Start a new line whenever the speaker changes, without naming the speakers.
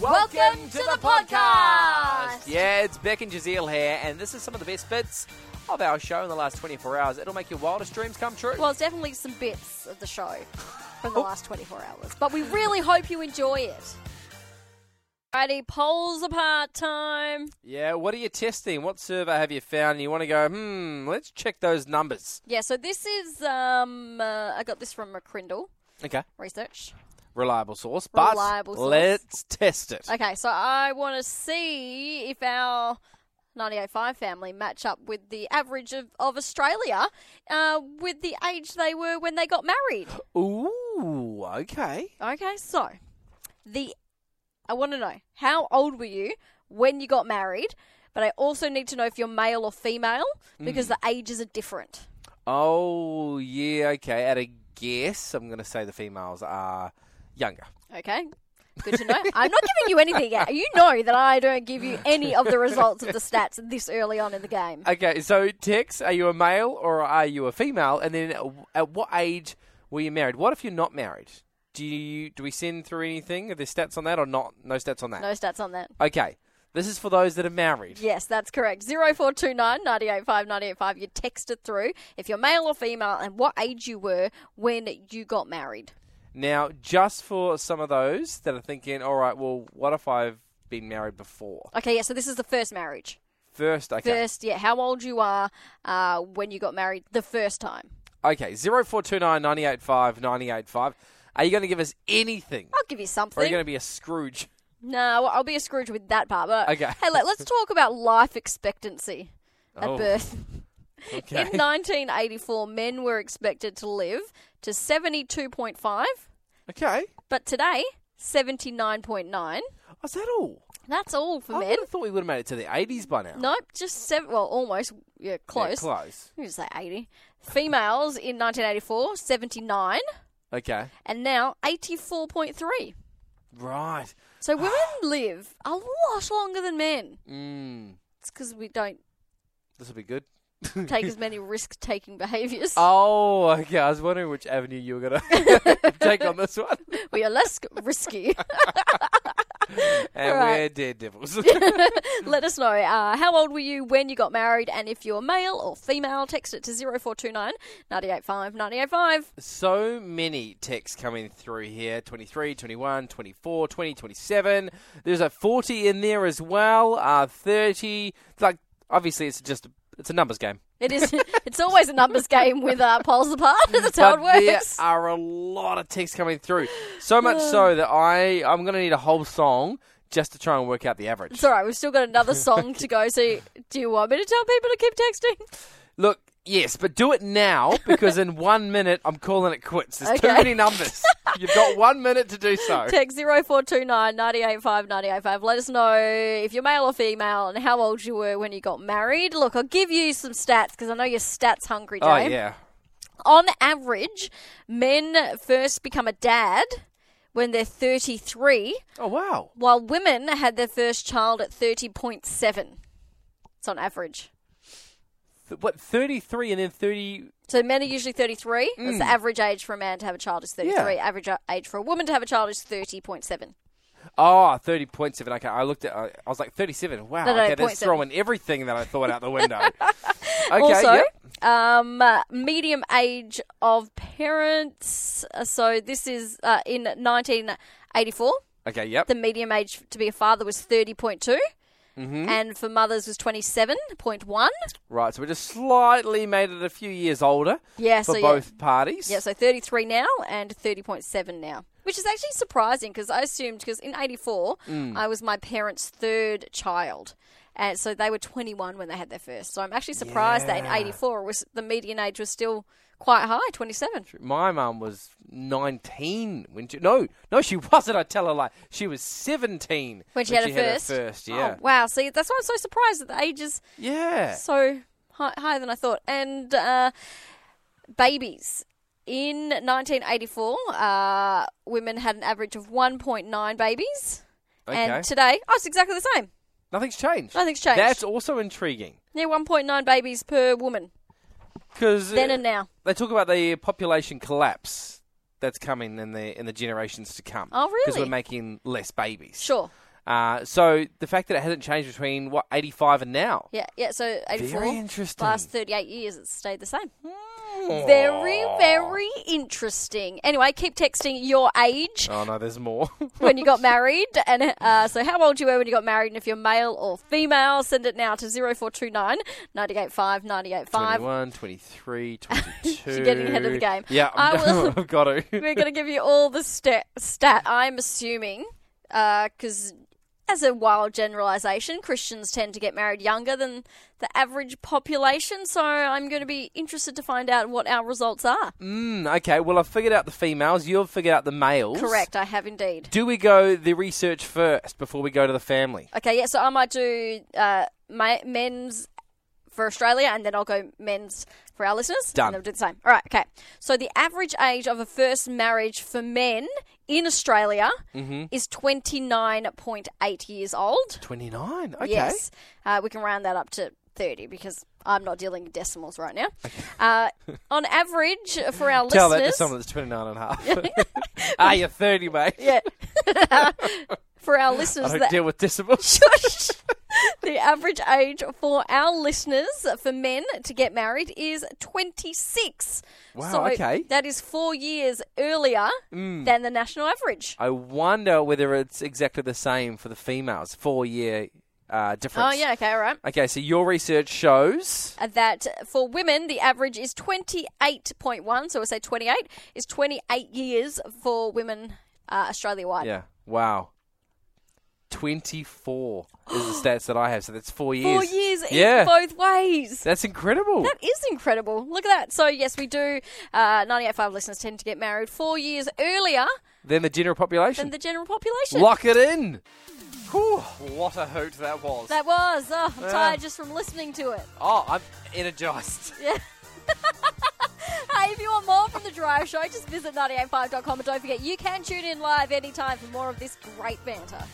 Welcome to the podcast.
Yeah, it's Beck and Jazeel here, and this is some of the best bits of our show in the last 24 hours. It'll make your wildest dreams come true.
Well, it's definitely some bits of the show from the last 24 hours, but we really hope you enjoy it. Alrighty, polls apart time.
yeah, what are you testing? What server have you found? And you want to go, hmm, let's check those numbers.
Yeah, so this is um, uh, I got this from McCrindle
Okay.
Research.
Reliable source, but
Reliable source.
let's test it.
Okay, so I want to see if our 98.5 family match up with the average of, of Australia uh, with the age they were when they got married.
Ooh, okay.
Okay, so the I want to know how old were you when you got married, but I also need to know if you're male or female because the ages are different.
Oh, yeah, okay. At a guess, I'm going to say the females are younger.
Okay. Good to know. I'm not giving you anything yet. You know that I don't give you any of the results of the stats this early on in the game.
Okay, so Tex, are you a male or are you a female? And then at- at what age were you married? What if you're not married? Do you do we send through anything? Are there stats on that or not? No stats on that.
No stats on that.
Okay, this is for those that are married.
Yes, that's correct. 0429 985 985. You text it through if you're male or female and what age you were when you got married.
Now, just for some of those that are thinking, all right, well, what if I've been married before?
Okay, yeah, so this is the first marriage.
First, okay,
first, yeah, how old you are uh, when you got married the first time.
okay, zero four two nine ninety eight five ninety eight five. Are you going to give us anything,
I'll give you
or are
something.
you going to be a Scrooge?
No, I'll be a Scrooge with that part. But
Okay.
hey, let, us talk about life expectancy at
Oh,
birth.
okay.
In 1984, men were expected to live to 72.5,
okay, Oh,
but today 79.9.
is that all?
That's all for
I
men.
would have thought we would have made it to the eighties by now.
Nope, just seven. Well, almost. Yeah,
Yeah,
close.
close.
You just say 80. Females in 1984, 79,
Okay.
and now 84.3.
Right.
So women live a lot longer than men.
Mm.
It's because we don't
This will be good.
take as many risk-taking behaviours.
Oh, okay. I was wondering which avenue you were gonna take on this one,
We are less risky.
and
Right.
we're daredevils.
Let us know uh, how old were you when you got married, and if you're male or female, text it to 0429 985 985.
so many texts coming through here 23, 21, 24, 20, 27. There's a 40 in there as well, uh, 30. Like, obviously, it's just it's a numbers game.
It is. It's always a numbers game with uh, polls apart. That's how it
but uh,
works.
There are a lot of texts coming through. So much so that I, I'm going to need a whole song just to try and work out the average.
It's all right. We've still got another song to go. So, do you want me to tell people to keep texting?
Look, yes, but do it now because in one minute I'm calling it quits. There's too
Okay.
many numbers. You've got one minute to do so.
Text 0429 985 985. Let us know if you're male or female and how old you were when you got married. Look, I'll give you some stats because I know you're stats hungry, Dave.
oh yeah.
On average, men first become a dad when they're 33,
Oh wow.
while women had their first child at 30.7. It's on average.
Th- what? Thirty-three and then thirty.
So men are usually 33. That's the average age for a man to have a child is 33.
Mm. Yeah.
Average age for a woman to have a child is 30.7.
Oh, 30.7. Okay, I looked at. I, I was like thirty-seven. Wow.
No, no,
okay,
point
that's
seven.
throwing everything that I thought out the window. okay.
also,
yep.
um, uh, medium age of parents. Uh, So this is uh, in 1984.
Okay. Yep.
The medium age to be a father was 30.2.
Mm-hmm.
And for mothers was twenty seven point one.
right. So we just slightly made it a few years older
Yeah,
for
so yeah.
both parties.
yeah, so thirty three now and thirty point seven now, which is actually surprising because I assumed because in eighty four
Mm.
I was my parents' third child, and so they were twenty one when they had their first. So I'm actually surprised that in
Yeah.
eighty four was the median age was still quite high, twenty seven.
My mum was 19 when she, no, no, she wasn't. I tell her like she was 17
When she had her first.
first, yeah,
Oh, wow. See, that's why I'm so surprised that the age is
yeah.
so high, higher than I thought. And uh, babies. In 1984, uh, women had an average of 1.9 babies.
Okay.
And today, oh, it's exactly the same.
Nothing's changed.
Nothing's changed.
That's also intriguing
Yeah, 1.9 babies per woman,
because
then and now.
uh, they talk about the population collapse that's coming in the in the generations to come.
Oh,
Because
really?
we're making less babies.
Sure.
Uh, so the fact that it hasn't changed between what 85 and now.
Yeah, yeah. So 84,
Very interesting.
last 38 years, it's stayed the same. Very, very interesting. Anyway, keep texting your age
Oh no, there's more.
when you got married, and uh, so how old you were when you got married, and if you're male or female, send it now to 0429 985 985.
21, 23, 22.
You're getting ahead of the game.
Yeah,
I will-
I've got to.
We're going to give you all the sta stat. I'm assuming, because as a wild generalisation, Christians tend to get married younger than the average population. So I'm going to be interested to find out what our results are.
Mm, okay, well, I've figured out the females. You've figured out the males.
Correct, I have indeed.
Do we go the research first before we go to the family?
Okay, yeah. So I might do uh, my men's for Australia, and then I'll go men's for our listeners.
Done.
And then we'll do the same. All right. Okay. So the average age of a first marriage for men in Australia
Mm-hmm.
is twenty nine point eight years old.
29. Okay.
Yes. Uh, we can round that up to 30 because I'm not dealing in decimals right now. Uh, on average, for our
Tell that to
listeners.
someone that's 29 and a half. ah, you're 30, mate.
yeah. for our
I
listeners,
don't
the,
deal with decimals.
the average age for our listeners, for men to get married, is 26.
Wow,
so
okay. Mm.
That is four years earlier than the national average.
I wonder whether it's exactly the same for the females. Four year uh, difference.
Oh, yeah. Okay. All right.
Okay, so your research shows.
uh, that for women the average is 28.1 so we'll say 28 is 28 years for women uh, australia wide
Yeah. Wow. 24 is the stats that I have, so that's four years.
four years
Yeah.
in both ways
That's incredible.
that is incredible look at that so yes we do uh, 98.5 listeners tend to get married four years earlier
Then the general population.
than the general population
Lock it in. Whew, what a hoot that was.
that was oh, i'm
Yeah.
tired just from listening to it
oh, I'm energized.
Hey, if you want more from The Drive Show, just visit 985.com and don't forget you can tune in live anytime for more of this great banter.